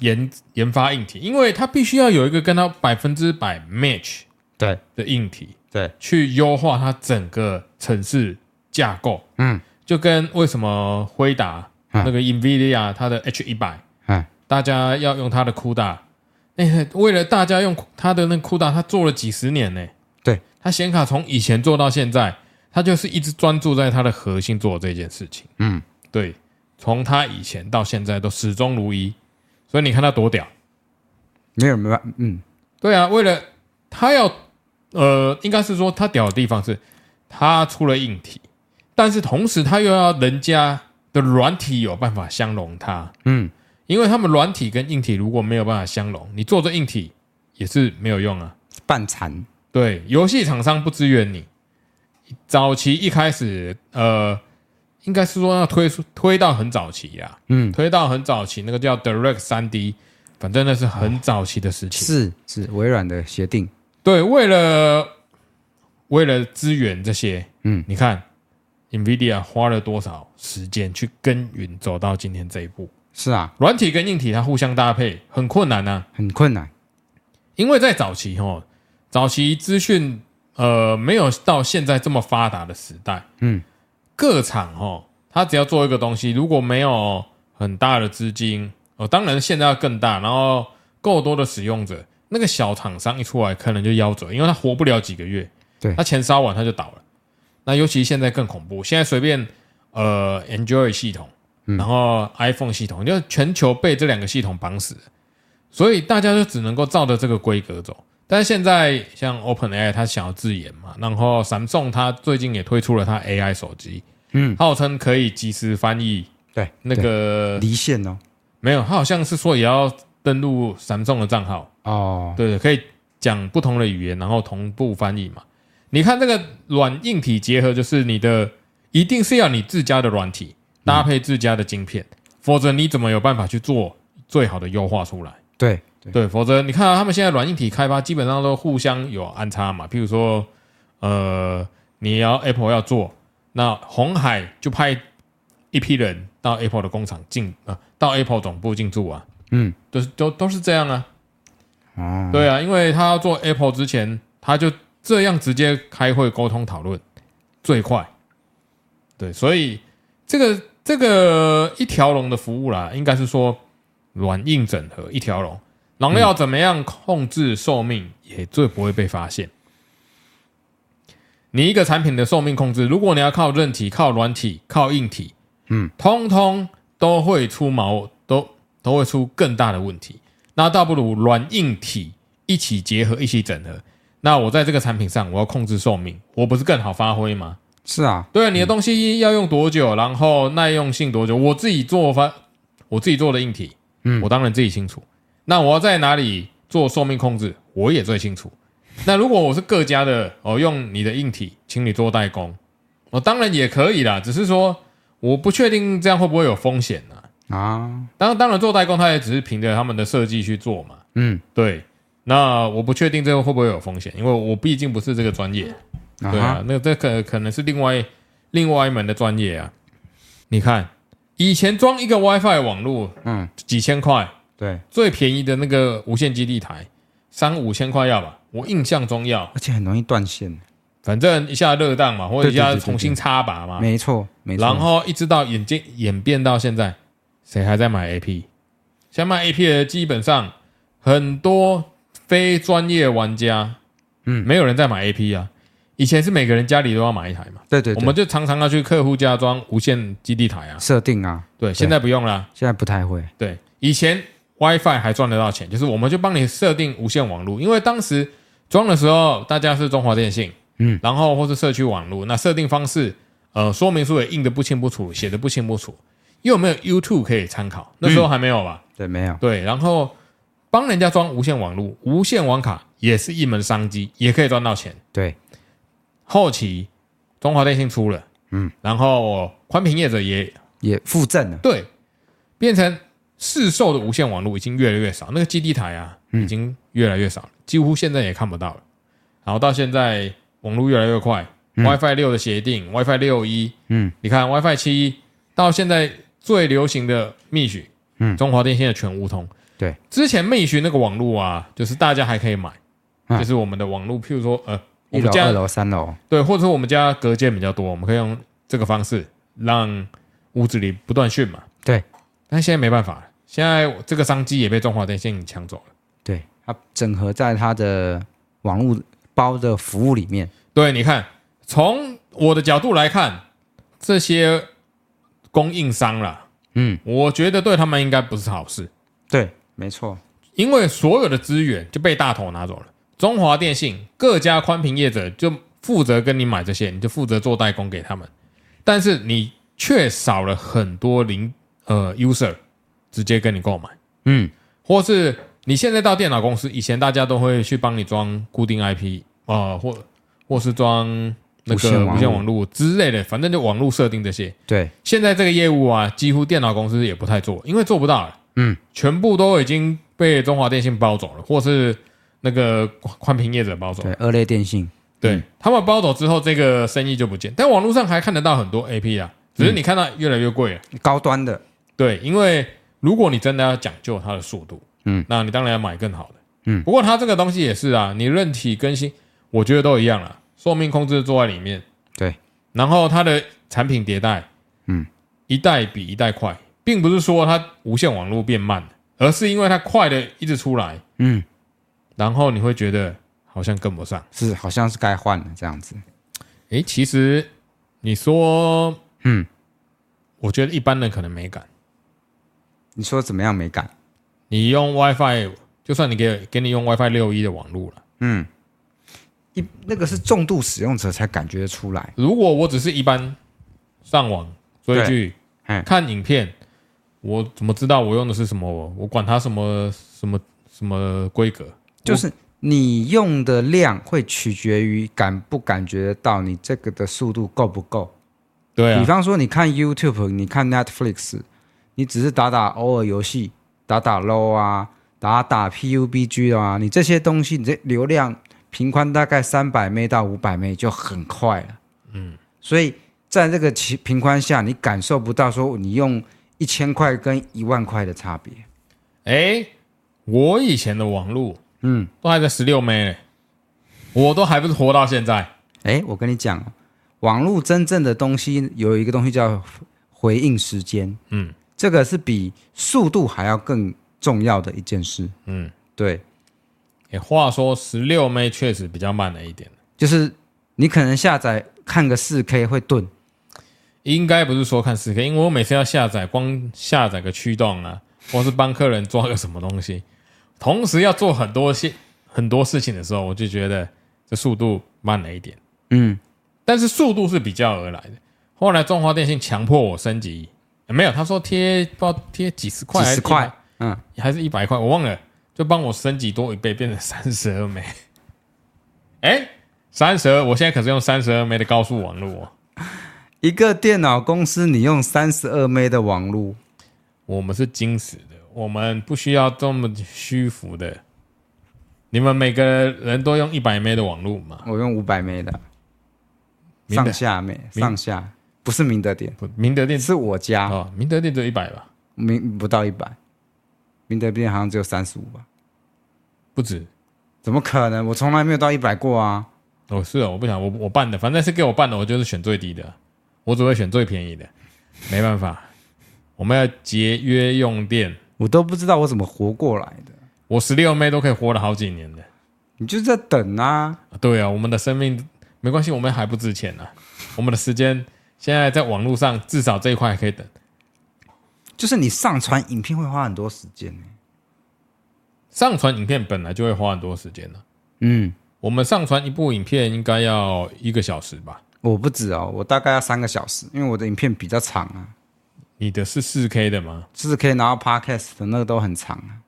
[SPEAKER 1] 研研发硬体，因为它必须要有一个跟它百分之百 match
[SPEAKER 2] 对
[SPEAKER 1] 的硬体，
[SPEAKER 2] 对，
[SPEAKER 1] 去优化它整个城市架构。
[SPEAKER 2] 嗯，
[SPEAKER 1] 就跟为什么辉达、
[SPEAKER 2] 嗯
[SPEAKER 1] 那个 NVIDIA 它的 H 一百，
[SPEAKER 2] 哎，
[SPEAKER 1] 大家要用它的 CUDA，哎、为了大家用它的那 CUDA，它做了几十年呢、
[SPEAKER 2] 对，
[SPEAKER 1] 它显卡从以前做到现在，它就是一直专注在它的核心做这件事情。
[SPEAKER 2] 嗯，
[SPEAKER 1] 对，从它以前到现在都始终如一，所以你看它多屌。
[SPEAKER 2] 没有没有，嗯，
[SPEAKER 1] 对啊，为了它要，呃，应该是说它屌的地方是，它出了硬体，但是同时它又要人家的软体有办法相容它。
[SPEAKER 2] 嗯，
[SPEAKER 1] 因为他们软体跟硬体如果没有办法相容，你做这硬体也是没有用啊。
[SPEAKER 2] 半残，
[SPEAKER 1] 对，游戏厂商不支援你。早期一开始，呃，应该是说要推出推到很早期呀、
[SPEAKER 2] 嗯，
[SPEAKER 1] 推到很早期，那个叫 Direct 三 D，反正那是很早期的事情。
[SPEAKER 2] 是是微软的协定，
[SPEAKER 1] 对，为了为了支援这些，
[SPEAKER 2] 嗯，
[SPEAKER 1] 你看 NVIDIA 花了多少时间去耕耘，走到今天这一步。
[SPEAKER 2] 是啊，
[SPEAKER 1] 软体跟硬体它互相搭配很困难啊呐、
[SPEAKER 2] 很困难，
[SPEAKER 1] 因为在早期哦，早期资讯呃没有到现在这么发达的时代，
[SPEAKER 2] 嗯，
[SPEAKER 1] 各厂哦，它只要做一个东西，如果没有很大的资金，哦，当然现在要更大，然后够多的使用者，那个小厂商一出来可能就夭折，因为它活不了几个月，
[SPEAKER 2] 对
[SPEAKER 1] 它钱烧完它就倒了。那尤其现在更恐怖，现在随便呃 Android 系统，
[SPEAKER 2] 嗯
[SPEAKER 1] 然后 iPhone 系统，就全球被这两个系统绑死了，所以大家就只能够照着这个规格走。但是现在像 OpenAI 它想要自研嘛，然后 Samsung 它最近也推出了它 AI 手机，
[SPEAKER 2] 嗯，
[SPEAKER 1] 号称可以即时翻译
[SPEAKER 2] 对，
[SPEAKER 1] 那个
[SPEAKER 2] 离线哦，
[SPEAKER 1] 没有，它好像是说也要登录 Samsung 的账号，
[SPEAKER 2] 哦，
[SPEAKER 1] 对对，可以讲不同的语言，然后同步翻译嘛。你看这个软硬体结合，就是你的一定是要你自家的软体搭配自家的晶片，否则你怎么有办法去做最好的优化出来？
[SPEAKER 2] 对对，
[SPEAKER 1] 对，否则你看、啊、他们现在软硬体开发基本上都互相有安插嘛，譬如说，呃，你要 Apple 要做，那红海就派一批人到 Apple 的工厂进啊、到 Apple 总部进驻啊，
[SPEAKER 2] 嗯，
[SPEAKER 1] 都是都都是这样啊，
[SPEAKER 2] 哦，
[SPEAKER 1] 对啊，因为他要做 Apple 之前，他就这样直接开会沟通讨论最快，对，所以这个这个一条龙的服务啦，应该是说软硬整合一条龙，然后要怎么样控制寿命也最不会被发现。你一个产品的寿命控制，如果你要靠韧体、靠软体、靠硬体，
[SPEAKER 2] 嗯，
[SPEAKER 1] 通通都会出毛，都都会出更大的问题。那倒不如软硬体一起结合，一起整合。那我在这个产品上，我要控制寿命，我不是更好发挥吗？
[SPEAKER 2] 是啊，
[SPEAKER 1] 对啊，你的东西要用多久，然后耐用性多久，我自己做发，我自己做的硬体，
[SPEAKER 2] 嗯
[SPEAKER 1] 我当然自己清楚。那我要在哪里做寿命控制，我也最清楚。那如果我是各家的哦，用你的硬体，请你做代工，我、当然也可以啦，只是说我不确定这样会不会有风险呢、啊？
[SPEAKER 2] 啊，
[SPEAKER 1] 当当然做代工，他也只是凭着他们的设计去做嘛，
[SPEAKER 2] 嗯，
[SPEAKER 1] 对，那我不确定这个会不会有风险，因为我毕竟不是这个专业。
[SPEAKER 2] 啊
[SPEAKER 1] 对
[SPEAKER 2] 哈
[SPEAKER 1] 啊，那这可可能是另外另外一门的专业啊。你看，以前装一个 WiFi 网络
[SPEAKER 2] 嗯，
[SPEAKER 1] 几千块，
[SPEAKER 2] 对，
[SPEAKER 1] 最便宜的那个无线基地台三五千块要吧？我印象中要，
[SPEAKER 2] 而且很容易断线，
[SPEAKER 1] 反正一下热档嘛，或者一
[SPEAKER 2] 对
[SPEAKER 1] 下
[SPEAKER 2] 对对对对
[SPEAKER 1] 重新插拔嘛，
[SPEAKER 2] 没错，没错。
[SPEAKER 1] 啊然后一直到演进演变到现在，谁还在买 AP？想买 AP 的基本上很多非专业玩家，
[SPEAKER 2] 嗯
[SPEAKER 1] 没有人在买 AP 啊。以前是每个人家里都要买一台嘛。
[SPEAKER 2] 对对
[SPEAKER 1] 我
[SPEAKER 2] 对，
[SPEAKER 1] 们就常常要去客户家装无线基地台啊。
[SPEAKER 2] 设定啊，
[SPEAKER 1] 对，现在不用啦。
[SPEAKER 2] 现在不太会，
[SPEAKER 1] 对，以前 WiFi 还赚得到钱，就是我们就帮你设定无线网络，因为当时装的时候大家是中华电信，
[SPEAKER 2] 嗯，
[SPEAKER 1] 然后或是社区网络，那设定方式，呃，说明书也印的不清不楚，写的不清不楚，又没有 YouTube 可以参考，那时候还没有吧？
[SPEAKER 2] 对，没有，
[SPEAKER 1] 对，然后帮人家装无线网络，无线网卡也是一门商机，也可以赚到钱。
[SPEAKER 2] 对，
[SPEAKER 1] 后期中华电信出了，
[SPEAKER 2] 嗯，
[SPEAKER 1] 然后宽频业者也
[SPEAKER 2] 也附赠了，
[SPEAKER 1] 对，变成市售的无线网络已经越来越少，那个基地台啊，
[SPEAKER 2] 嗯
[SPEAKER 1] 已经越来越少了，几乎现在也看不到了。然后到现在网络越来越快、
[SPEAKER 2] 嗯
[SPEAKER 1] w i f i 六的协定，WiFi 六一，
[SPEAKER 2] 嗯，
[SPEAKER 1] 你看 WiFi 七到现在最流行的密许，
[SPEAKER 2] 嗯
[SPEAKER 1] 中华电信的全屋通，
[SPEAKER 2] 对，
[SPEAKER 1] 之前密许那个网络啊，就是大家还可以买，
[SPEAKER 2] 嗯
[SPEAKER 1] 就是我们的网络，譬如说呃，我
[SPEAKER 2] 一
[SPEAKER 1] 们
[SPEAKER 2] 楼、
[SPEAKER 1] 家
[SPEAKER 2] 二楼、三楼，
[SPEAKER 1] 对，或者说我们家隔间比较多，我们可以用这个方式让屋子里不断讯嘛。
[SPEAKER 2] 对，
[SPEAKER 1] 但现在没办法了，现在这个商机也被中华电信抢走了。
[SPEAKER 2] 对，它整合在它的网络包的服务里面，
[SPEAKER 1] 对，你看，从我的角度来看，这些供应商啦，
[SPEAKER 2] 嗯，
[SPEAKER 1] 我觉得对他们应该不是好事，
[SPEAKER 2] 对，没错，
[SPEAKER 1] 因为所有的资源就被大头拿走了。中华电信各家宽频业者就负责跟你买这些，你就负责做代工给他们，但是你却少了很多零呃 user 直接跟你购买，
[SPEAKER 2] 嗯，
[SPEAKER 1] 或是你现在到电脑公司，以前大家都会去帮你装固定 IP 啊、呃或或是装那
[SPEAKER 2] 无线
[SPEAKER 1] 个
[SPEAKER 2] 网
[SPEAKER 1] 无线
[SPEAKER 2] 络
[SPEAKER 1] 网络之类的，反正就网络设定这些。
[SPEAKER 2] 对，
[SPEAKER 1] 现在这个业务啊，几乎电脑公司也不太做，因为做不到了。
[SPEAKER 2] 嗯，
[SPEAKER 1] 全部都已经被中华电信包走了，或是那个宽宽频业者包走
[SPEAKER 2] 对，。二类电信，
[SPEAKER 1] 对，他们包走之后，这个生意就不见。但网络上还看得到很多 AP 啊，只
[SPEAKER 2] 嗯
[SPEAKER 1] 是你看到越来越贵了。啊
[SPEAKER 2] 高端的，
[SPEAKER 1] 对，因为如果你真的要讲究它的速度，
[SPEAKER 2] 嗯，
[SPEAKER 1] 那你当然要买更好的。
[SPEAKER 2] 嗯
[SPEAKER 1] 不过它这个东西也是啊，你韧体更新，我觉得都一样啦，寿命控制做在里面。
[SPEAKER 2] 对，
[SPEAKER 1] 然后它的产品迭代，
[SPEAKER 2] 嗯，
[SPEAKER 1] 一代比一代快，并不是说它无线网络变慢了，而是因为它快的一直出来，
[SPEAKER 2] 嗯，
[SPEAKER 1] 然后你会觉得好像跟不上。
[SPEAKER 2] 是好像是该换了这样子，
[SPEAKER 1] 诶，其实你说，
[SPEAKER 2] 嗯，
[SPEAKER 1] 我觉得一般人可能没感。
[SPEAKER 2] 你说怎么样美感？
[SPEAKER 1] 你用 WiFi，就算你给给你用 WiFi 六一的网络了，
[SPEAKER 2] 嗯，一那个是重度使用者才感觉得出来，
[SPEAKER 1] 如果我只是一般上网追剧
[SPEAKER 2] 对嗯、
[SPEAKER 1] 看影片，我怎么知道我用的是什么？我管它什么什么什么规格，
[SPEAKER 2] 就是你用的量会取决于感不感觉得到你这个的速度够不够。
[SPEAKER 1] 对啊
[SPEAKER 2] 比，方说，你看 YouTube，你看 Netflix，你只是打打偶尔游戏，打打 LO 啊，打打 PUBG 啊，你这些东西，你这流量频宽大概三百 m 到五百 m 就很快了。嗯，所以在这个其频宽下，你感受不到说你用一千块跟一万块的差别。
[SPEAKER 1] 诶，我以前的网络
[SPEAKER 2] 嗯，
[SPEAKER 1] 都还在十六 M 嘞，我都还不是活到现在。
[SPEAKER 2] 哎，我跟你讲哦，网络真正的东西有一个东西叫回应时间，
[SPEAKER 1] 嗯
[SPEAKER 2] 这个是比速度还要更重要的一件事。
[SPEAKER 1] 嗯，
[SPEAKER 2] 对，
[SPEAKER 1] 诶，话说十六 M 确实比较慢了一点，
[SPEAKER 2] 就是你可能下载看个四 K 会顿，
[SPEAKER 1] 应该不是说看四 K，因为我每次要下载，光下载个驱动啊，或是帮客人抓个什么东西，同时要做很多些很多事情的时候，我就觉得这速度慢了一点。
[SPEAKER 2] 嗯，
[SPEAKER 1] 但是速度是比较而来的。后来中华电信强迫我升级，呃没有，他说贴不知道贴几十块，
[SPEAKER 2] 几十块，嗯，
[SPEAKER 1] 还是一百块，我忘了，就帮我升级多一倍，变成三十二枚。哎，三十二，我现在可是用三十二枚的高速网络、哦。
[SPEAKER 2] 一个电脑公司你用三十二 M 的网络，
[SPEAKER 1] 我们是金石的，我们不需要这么虚浮的你们每个人都用一百 M 的网络嘛？
[SPEAKER 2] 我用五百枚的，
[SPEAKER 1] 明德
[SPEAKER 2] 上下枚
[SPEAKER 1] 明
[SPEAKER 2] 上下，不是明德店，
[SPEAKER 1] 不，明德店
[SPEAKER 2] 是啊我家，
[SPEAKER 1] 哦，明德店只有一百吧？
[SPEAKER 2] 明不到一百，明德店好像只有三十五吧？
[SPEAKER 1] 不止
[SPEAKER 2] 怎么可能？我从来没有到一百过啊！
[SPEAKER 1] 哦，是哦，我不想我我办的，反正是给我办的，我就是选最低的，我只会选最便宜的，没办法，我们要节约用电，
[SPEAKER 2] 我都不知道我怎么活过来的。
[SPEAKER 1] 我十六妹都可以活了好几年的。
[SPEAKER 2] 你就在等啊，
[SPEAKER 1] 对啊，我们的生命没关系，我们还不值钱呢、啊，我们的时间现在在网络上，至少这一块还可以等。
[SPEAKER 2] 就是你上传影片会花很多时间、欸、
[SPEAKER 1] 上传影片本来就会花很多时间呢、
[SPEAKER 2] 嗯，
[SPEAKER 1] 我们上传一部影片应该要一个小时吧？
[SPEAKER 2] 我不止哦，我大概要三个小时，因为我的影片比较长啊，
[SPEAKER 1] 你的是四 K 的吗？
[SPEAKER 2] 就是可以拿到 podcast 的那个都很长啊，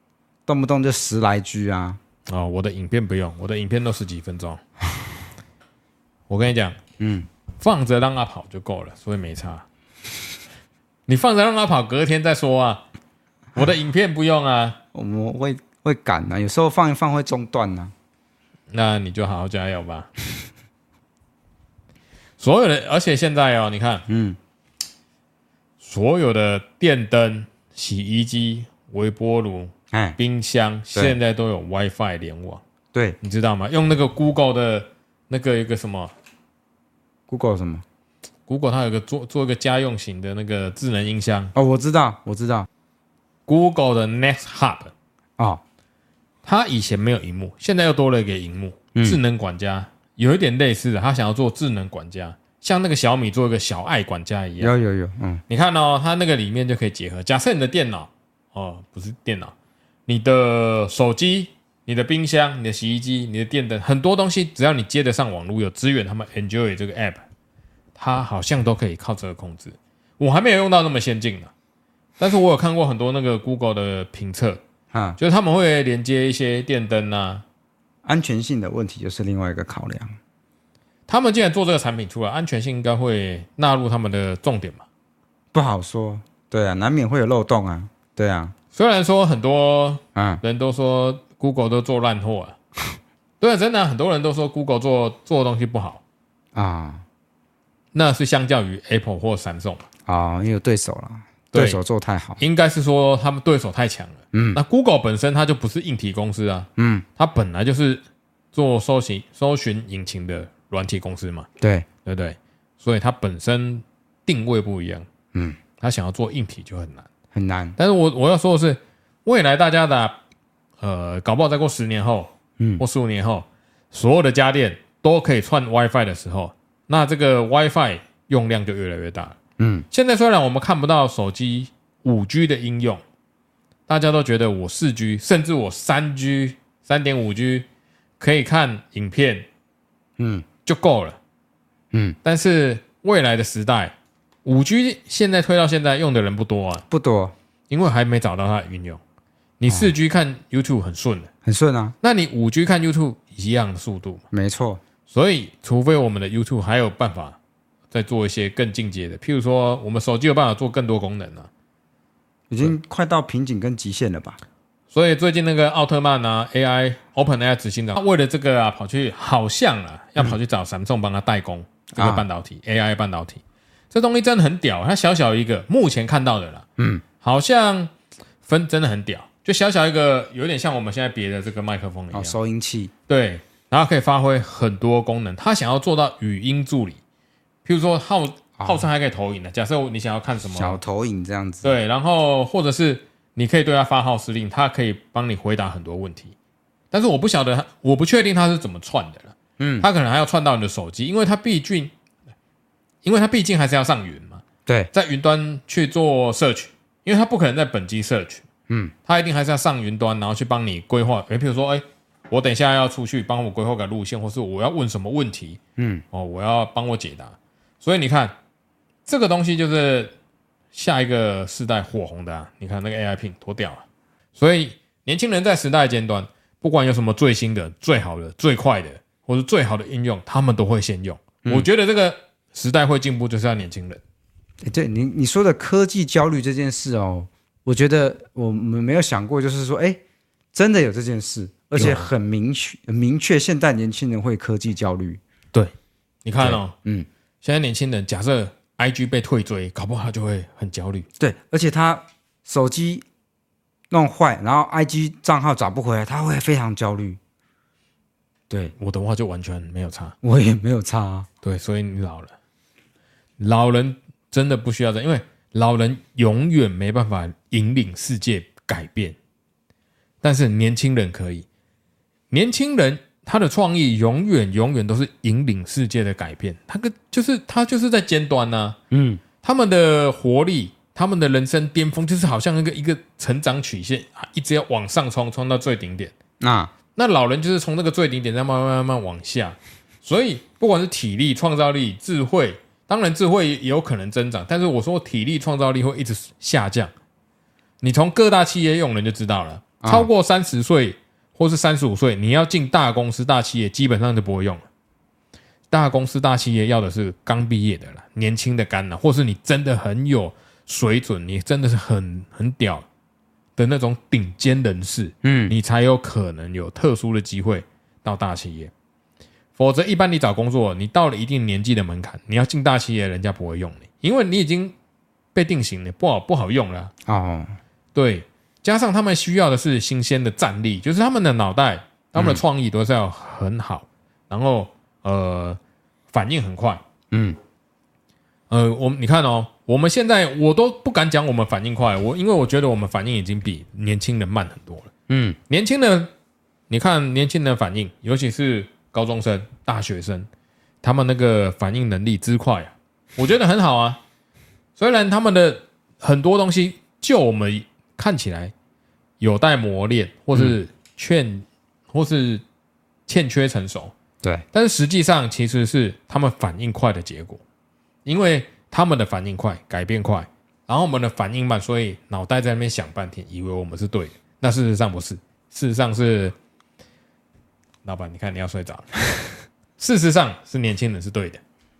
[SPEAKER 2] 动不动就十来 G 啊。
[SPEAKER 1] 哦，我的影片不用，我的影片都十几分钟。 我跟你讲，
[SPEAKER 2] 嗯，
[SPEAKER 1] 放着让它跑就够了，所以没差。你放着让它跑，隔天再说啊。我的影片不用啊，
[SPEAKER 2] 我们会会赶啊，有时候放一放会中断啊。
[SPEAKER 1] 那你就好好加油吧。 所有的，而且现在哦，你看，
[SPEAKER 2] 嗯，
[SPEAKER 1] 所有的电灯、洗衣机、微波炉、
[SPEAKER 2] 哎，
[SPEAKER 1] 冰箱现在都有 WiFi 联网，
[SPEAKER 2] 对
[SPEAKER 1] 你知道吗？用那个 Google 的那个一个什么
[SPEAKER 2] ，Google 什么？
[SPEAKER 1] ，Google 它有个做做一个家用型的那个智能音箱
[SPEAKER 2] 哦，我知道，我知道。
[SPEAKER 1] ，Google 的 Next Hub，
[SPEAKER 2] 哦，
[SPEAKER 1] 它以前没有荧幕，现在又多了一个荧幕，智能管家有一点类似的，它想要做智能管家，像那个小米做一个小爱管家一样。
[SPEAKER 2] 有有有，嗯，
[SPEAKER 1] 你看哦，它那个里面就可以结合。假设你的电脑哦，不是电脑，你的手机、你的冰箱、你的洗衣机、你的电灯，很多东西，只要你接得上网络，有资源，他们 Enjoy 这个 app，它好像都可以靠这个控制。我还没有用到那么先进呢、但是我有看过很多那个 Google 的评测，
[SPEAKER 2] 哈，
[SPEAKER 1] 就是他们会连接一些电灯啊，
[SPEAKER 2] 安全性的问题就是另外一个考量。
[SPEAKER 1] 他们既然做这个产品出来，安全性应该会纳入他们的重点嘛。
[SPEAKER 2] 不好说。对啊，难免会有漏洞啊。对啊，
[SPEAKER 1] 虽然说很多
[SPEAKER 2] 嗯，
[SPEAKER 1] 人都说 Google 都做烂货 了，对啊，真的啊、很多人都说 Google 做做的东西不好，
[SPEAKER 2] 啊
[SPEAKER 1] 那是相较于 Apple 或 Samsung，嘛
[SPEAKER 2] 啊，因为有对手了，
[SPEAKER 1] 对
[SPEAKER 2] 对手做太好。
[SPEAKER 1] 应该是说他们对手太强了。嗯，那 Google 本身它就不是硬体公司啊，
[SPEAKER 2] 嗯，
[SPEAKER 1] 它本来就是做搜寻搜寻引擎的软体公司嘛，
[SPEAKER 2] 对，
[SPEAKER 1] 对不对？所以它本身定位不一样，
[SPEAKER 2] 嗯，
[SPEAKER 1] 它想要做硬体就很难。
[SPEAKER 2] 很难。
[SPEAKER 1] 但是我我要说的是，未来大家的啊呃，搞不好再过十年后，
[SPEAKER 2] 嗯
[SPEAKER 1] 或十五年后，所有的家电都可以串 WiFi 的时候，那这个 WiFi 用量就越来越大了。
[SPEAKER 2] 嗯，
[SPEAKER 1] 现在虽然我们看不到手机五 G 的应用，大家都觉得我四 G，甚至我三 G、三点五 G 可以看影片
[SPEAKER 2] 嗯
[SPEAKER 1] 就够了。
[SPEAKER 2] 嗯，
[SPEAKER 1] 但是未来的时代，五 G 现在推到现在用的人不多啊。
[SPEAKER 2] 不多，
[SPEAKER 1] 因为还没找到它的运用。你四 G 看 YouTube 很顺的，
[SPEAKER 2] 很顺啊，
[SPEAKER 1] 那你五 G 看 YouTube 一样的速度嘛
[SPEAKER 2] 没错。
[SPEAKER 1] 所以，除非我们的 YouTube 还有办法再做一些更进阶的，譬如说，我们手机有办法做更多功能啊。
[SPEAKER 2] 已经快到瓶颈跟极限了吧？
[SPEAKER 1] 所以最近那个奥特曼啊，AI OpenAI 执行长，他为了这个啊，跑去好像啊，要跑去找 Samsung 帮他代工这个
[SPEAKER 2] 嗯啊
[SPEAKER 1] 半导体、AI 半导体，这东西真的很屌，它小小一个，目前看到的啦，嗯，好像分真的很屌，就小小一个，有点像我们现在别的这个麦克风一样，
[SPEAKER 2] 哦，收音器
[SPEAKER 1] 对，然后可以发挥很多功能，他想要做到语音助理，譬如说号号称还可以投影的，假设你想要看什么
[SPEAKER 2] 哦小投影这样子。
[SPEAKER 1] 对，然后或者是你可以对他发号施令，他可以帮你回答很多问题。但是我不晓得他，我不确定他是怎么串的了。嗯，他可能还要串到你的手机，因为他毕竟，因为他毕竟还是要上云嘛，
[SPEAKER 2] 对
[SPEAKER 1] 在云端去做 search，因为他不可能在本机 search。嗯，他一定还是要上云端，然后去帮你规划。诶，譬如说，诶，我等一下要出去，帮我规划个路线，或是我要问什么问题，
[SPEAKER 2] 嗯，
[SPEAKER 1] 哦，我要帮我解答。所以你看，这个东西就是下一个世代火红的、啊。你看那个 AI Pin 多屌啊！所以年轻人在时代尖端，不管有什么最新的、最好的、最快的，或是最好的应用，他们都会先用。
[SPEAKER 2] 嗯
[SPEAKER 1] 我觉得这个时代会进步，就是要年轻人。
[SPEAKER 2] 诶对，你你说的科技焦虑这件事哦，我觉得我们没有想过，就是说，哎，真的有这件事，而且
[SPEAKER 1] 有
[SPEAKER 2] 很明确很明确，现代年轻人会科技焦虑。
[SPEAKER 1] 你看哦，
[SPEAKER 2] 嗯，
[SPEAKER 1] 现在年轻人假设 IG 被退追，搞不好他就会很焦虑。
[SPEAKER 2] 对，而且他手机弄坏，然后 IG 账号找不回来，他会非常焦虑。对
[SPEAKER 1] 我的话就完全没有差，
[SPEAKER 2] 我也没有差、啊，
[SPEAKER 1] 对，所以你老了，老人真的不需要这样，因为老人永远没办法引领世界改变，但是年轻人可以，年轻人。他的创意永远永远都是引领世界的改变，他跟就是他就是在尖端呐、
[SPEAKER 2] 嗯，
[SPEAKER 1] 他们的活力，他们的人生巅峰，就是好像一个一个成长曲线啊，一直要往上冲，冲到最顶点。
[SPEAKER 2] 那
[SPEAKER 1] 那老人就是从那个最顶点再慢慢慢慢往下，所以不管是体力、创造力、智慧，当然智慧也有可能增长，但是我说体力、创造力会一直下降。你从各大企业用人就知道了，
[SPEAKER 2] 啊
[SPEAKER 1] 超过三十岁或是三十五岁，你要进大公司、大企业，基本上就不会用了。大公司、大企业要的是刚毕业的啦，年轻的干啦，或是你真的很有水准，你真的是很很屌的那种顶尖人士，
[SPEAKER 2] 嗯
[SPEAKER 1] 你才有可能有特殊的机会到大企业。否则，一般你找工作，你到了一定年纪的门槛，你要进大企业，人家不会用你，因为你已经被定型了，不好不好用了啊、
[SPEAKER 2] 哦，
[SPEAKER 1] 对，加上他们需要的是新鲜的战力，就是他们的脑袋、他们的创意都是要很好，然后呃反应很快。
[SPEAKER 2] 嗯，
[SPEAKER 1] 呃，我们你看哦，我们现在我都不敢讲我们反应快，我因为我觉得我们反应已经比年轻人慢很多了。
[SPEAKER 2] 嗯，
[SPEAKER 1] 年轻人，你看年轻人反应，尤其是高中生、大学生，他们那个反应能力之快啊，我觉得很好啊。 虽然他们的很多东西，就我们看起来有待磨练，或是欠，或是欠缺成熟，
[SPEAKER 2] 对，
[SPEAKER 1] 但是实际上其实是他们反应快的结果，因为他们的反应快，改变快，然后我们的反应慢，所以脑袋在那边想半天，以为我们是对的，那事实上不是，事实上是老板，你看你要睡着了，事实上是年轻人是对的，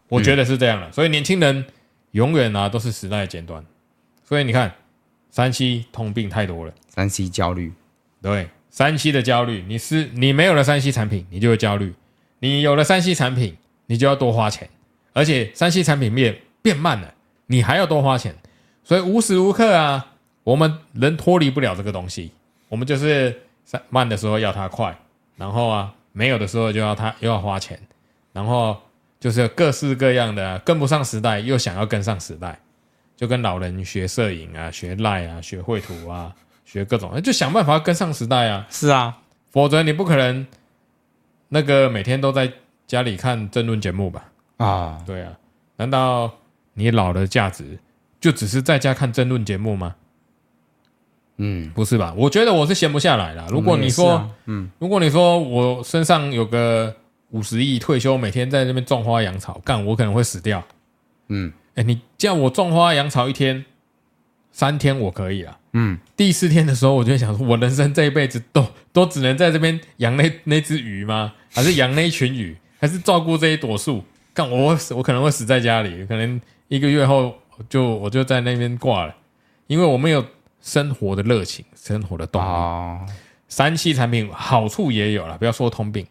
[SPEAKER 1] 我觉得是这样了，所以年轻人永远啊都是时代的尖端，所以你看山西通病太多了。
[SPEAKER 2] 三 C 焦虑，
[SPEAKER 1] 对，三 C 的焦虑，你是你没有了三 C 产品，你就会焦虑；你有了三 C 产品，你就要多花钱，而且三 C 产品变变慢了，你还要多花钱，所以无时无刻啊，我们人脱离不了这个东西，我们就是三慢的时候要它快，然后啊没有的时候就要它又要花钱，然后就是各式各样的啊跟不上时代，又想要跟上时代。就跟老人学摄影啊、学赖啊、学绘图啊、学各种，就想办法跟上时代啊，
[SPEAKER 2] 是啊，
[SPEAKER 1] 否则你不可能那个每天都在家里看争论节目吧？
[SPEAKER 2] 啊，
[SPEAKER 1] 对啊，难道你老的价值就只是在家看争论节目吗？
[SPEAKER 2] 嗯，
[SPEAKER 1] 不是吧？我觉得我是闲不下来啦。如
[SPEAKER 2] 我
[SPEAKER 1] 果
[SPEAKER 2] 们也
[SPEAKER 1] 你
[SPEAKER 2] 是
[SPEAKER 1] 说，
[SPEAKER 2] 啊嗯，
[SPEAKER 1] 如果你说我身上有个五十亿，退休每天在那边种花养草，干我可能会死掉。
[SPEAKER 2] 嗯，
[SPEAKER 1] 哎、你叫我种花养草一天、三天我可以啦。
[SPEAKER 2] 嗯，
[SPEAKER 1] 第四天的时候，我就会想说，我人生这一辈子都都只能在这边养那那只鱼吗？还是养那一群鱼？还是照顾这一朵树？干我我可能会死在家里，可能一个月后就我就在那边挂了，因为我没有生活的热情，生活的动力。
[SPEAKER 2] 哦，
[SPEAKER 1] 三 C 产品好处也有啦，不要说通病，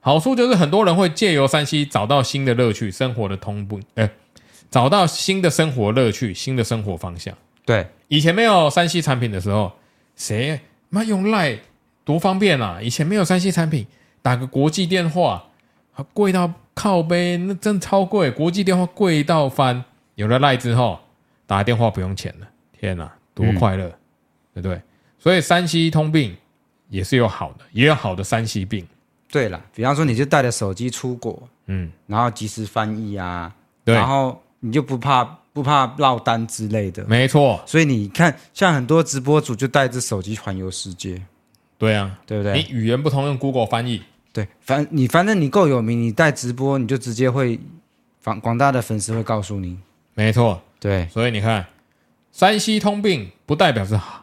[SPEAKER 1] 好处就是很多人会借由三 C 找到新的乐趣，生活的通病，呃，找到新的生活乐趣，新的生活方向。
[SPEAKER 2] 对，
[SPEAKER 1] 以前没有三 C 产品的时候，谁妈用赖多方便啊！以前没有三 C 产品，打个国际电话，啊贵到靠背，那真超贵，国际电话贵到翻。有了赖之后，打电话不用钱了，天哪、多快乐，对不对？所以三 C 通病也是有好的，也有好的三 C 病，
[SPEAKER 2] 对了，比方说你就带着手机出国，
[SPEAKER 1] 嗯，
[SPEAKER 2] 然后及时翻译啊，
[SPEAKER 1] 对
[SPEAKER 2] 然，后你就不怕不怕落单之类的。
[SPEAKER 1] 没错，
[SPEAKER 2] 所以你看，像很多直播主就带着手机环游世界，
[SPEAKER 1] 对啊，
[SPEAKER 2] 对不对？
[SPEAKER 1] 你语言不通用 Google 翻译，
[SPEAKER 2] 对，反你反正你够有名，你带直播你就直接会，广广大的粉丝会告诉你，
[SPEAKER 1] 没错，
[SPEAKER 2] 对，
[SPEAKER 1] 所以你看，三 C 通病不代表是好。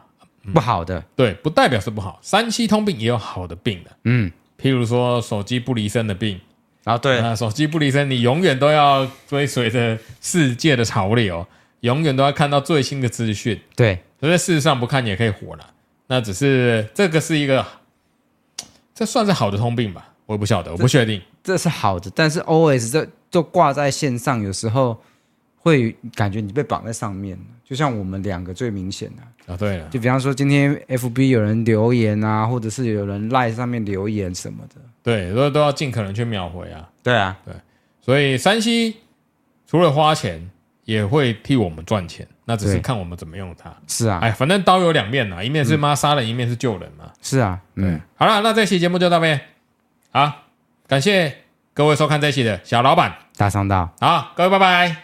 [SPEAKER 2] 不好的，
[SPEAKER 1] 对，不代表是不好。三七通病也有好的病的，
[SPEAKER 2] 嗯，
[SPEAKER 1] 譬如说手机不离身的病。
[SPEAKER 2] 然后对，
[SPEAKER 1] 啊，手机不离身，你永远都要追随着世界的潮流，永远都要看到最新的资讯。
[SPEAKER 2] 对，
[SPEAKER 1] 所以事实上不看也可以活了。那只是这个是一个，这算是好的通病吧？我也不晓得，我不确定。
[SPEAKER 2] 这是好的，但是 OS 这就挂在线上，有时候会感觉你被绑在上面了就像我们两个最明显的、
[SPEAKER 1] 啊，对了，
[SPEAKER 2] 就比方说今天 FB 有人留言啊，或者是有人赖上面留言什么的。
[SPEAKER 1] 对，都都要尽可能去秒回啊。
[SPEAKER 2] 对啊，
[SPEAKER 1] 所以山西除了花钱，也会替我们赚钱，那只是
[SPEAKER 2] 对
[SPEAKER 1] 看我们怎么用它。
[SPEAKER 2] 是啊，
[SPEAKER 1] 哎，反正刀有两面呐，一面是妈杀人，一面是救人嘛。
[SPEAKER 2] 是啊，嗯，
[SPEAKER 1] 好了，那这期节目就到这边，好，感谢各位收看这期的小老板，
[SPEAKER 2] 打上到。
[SPEAKER 1] 好，各位拜拜。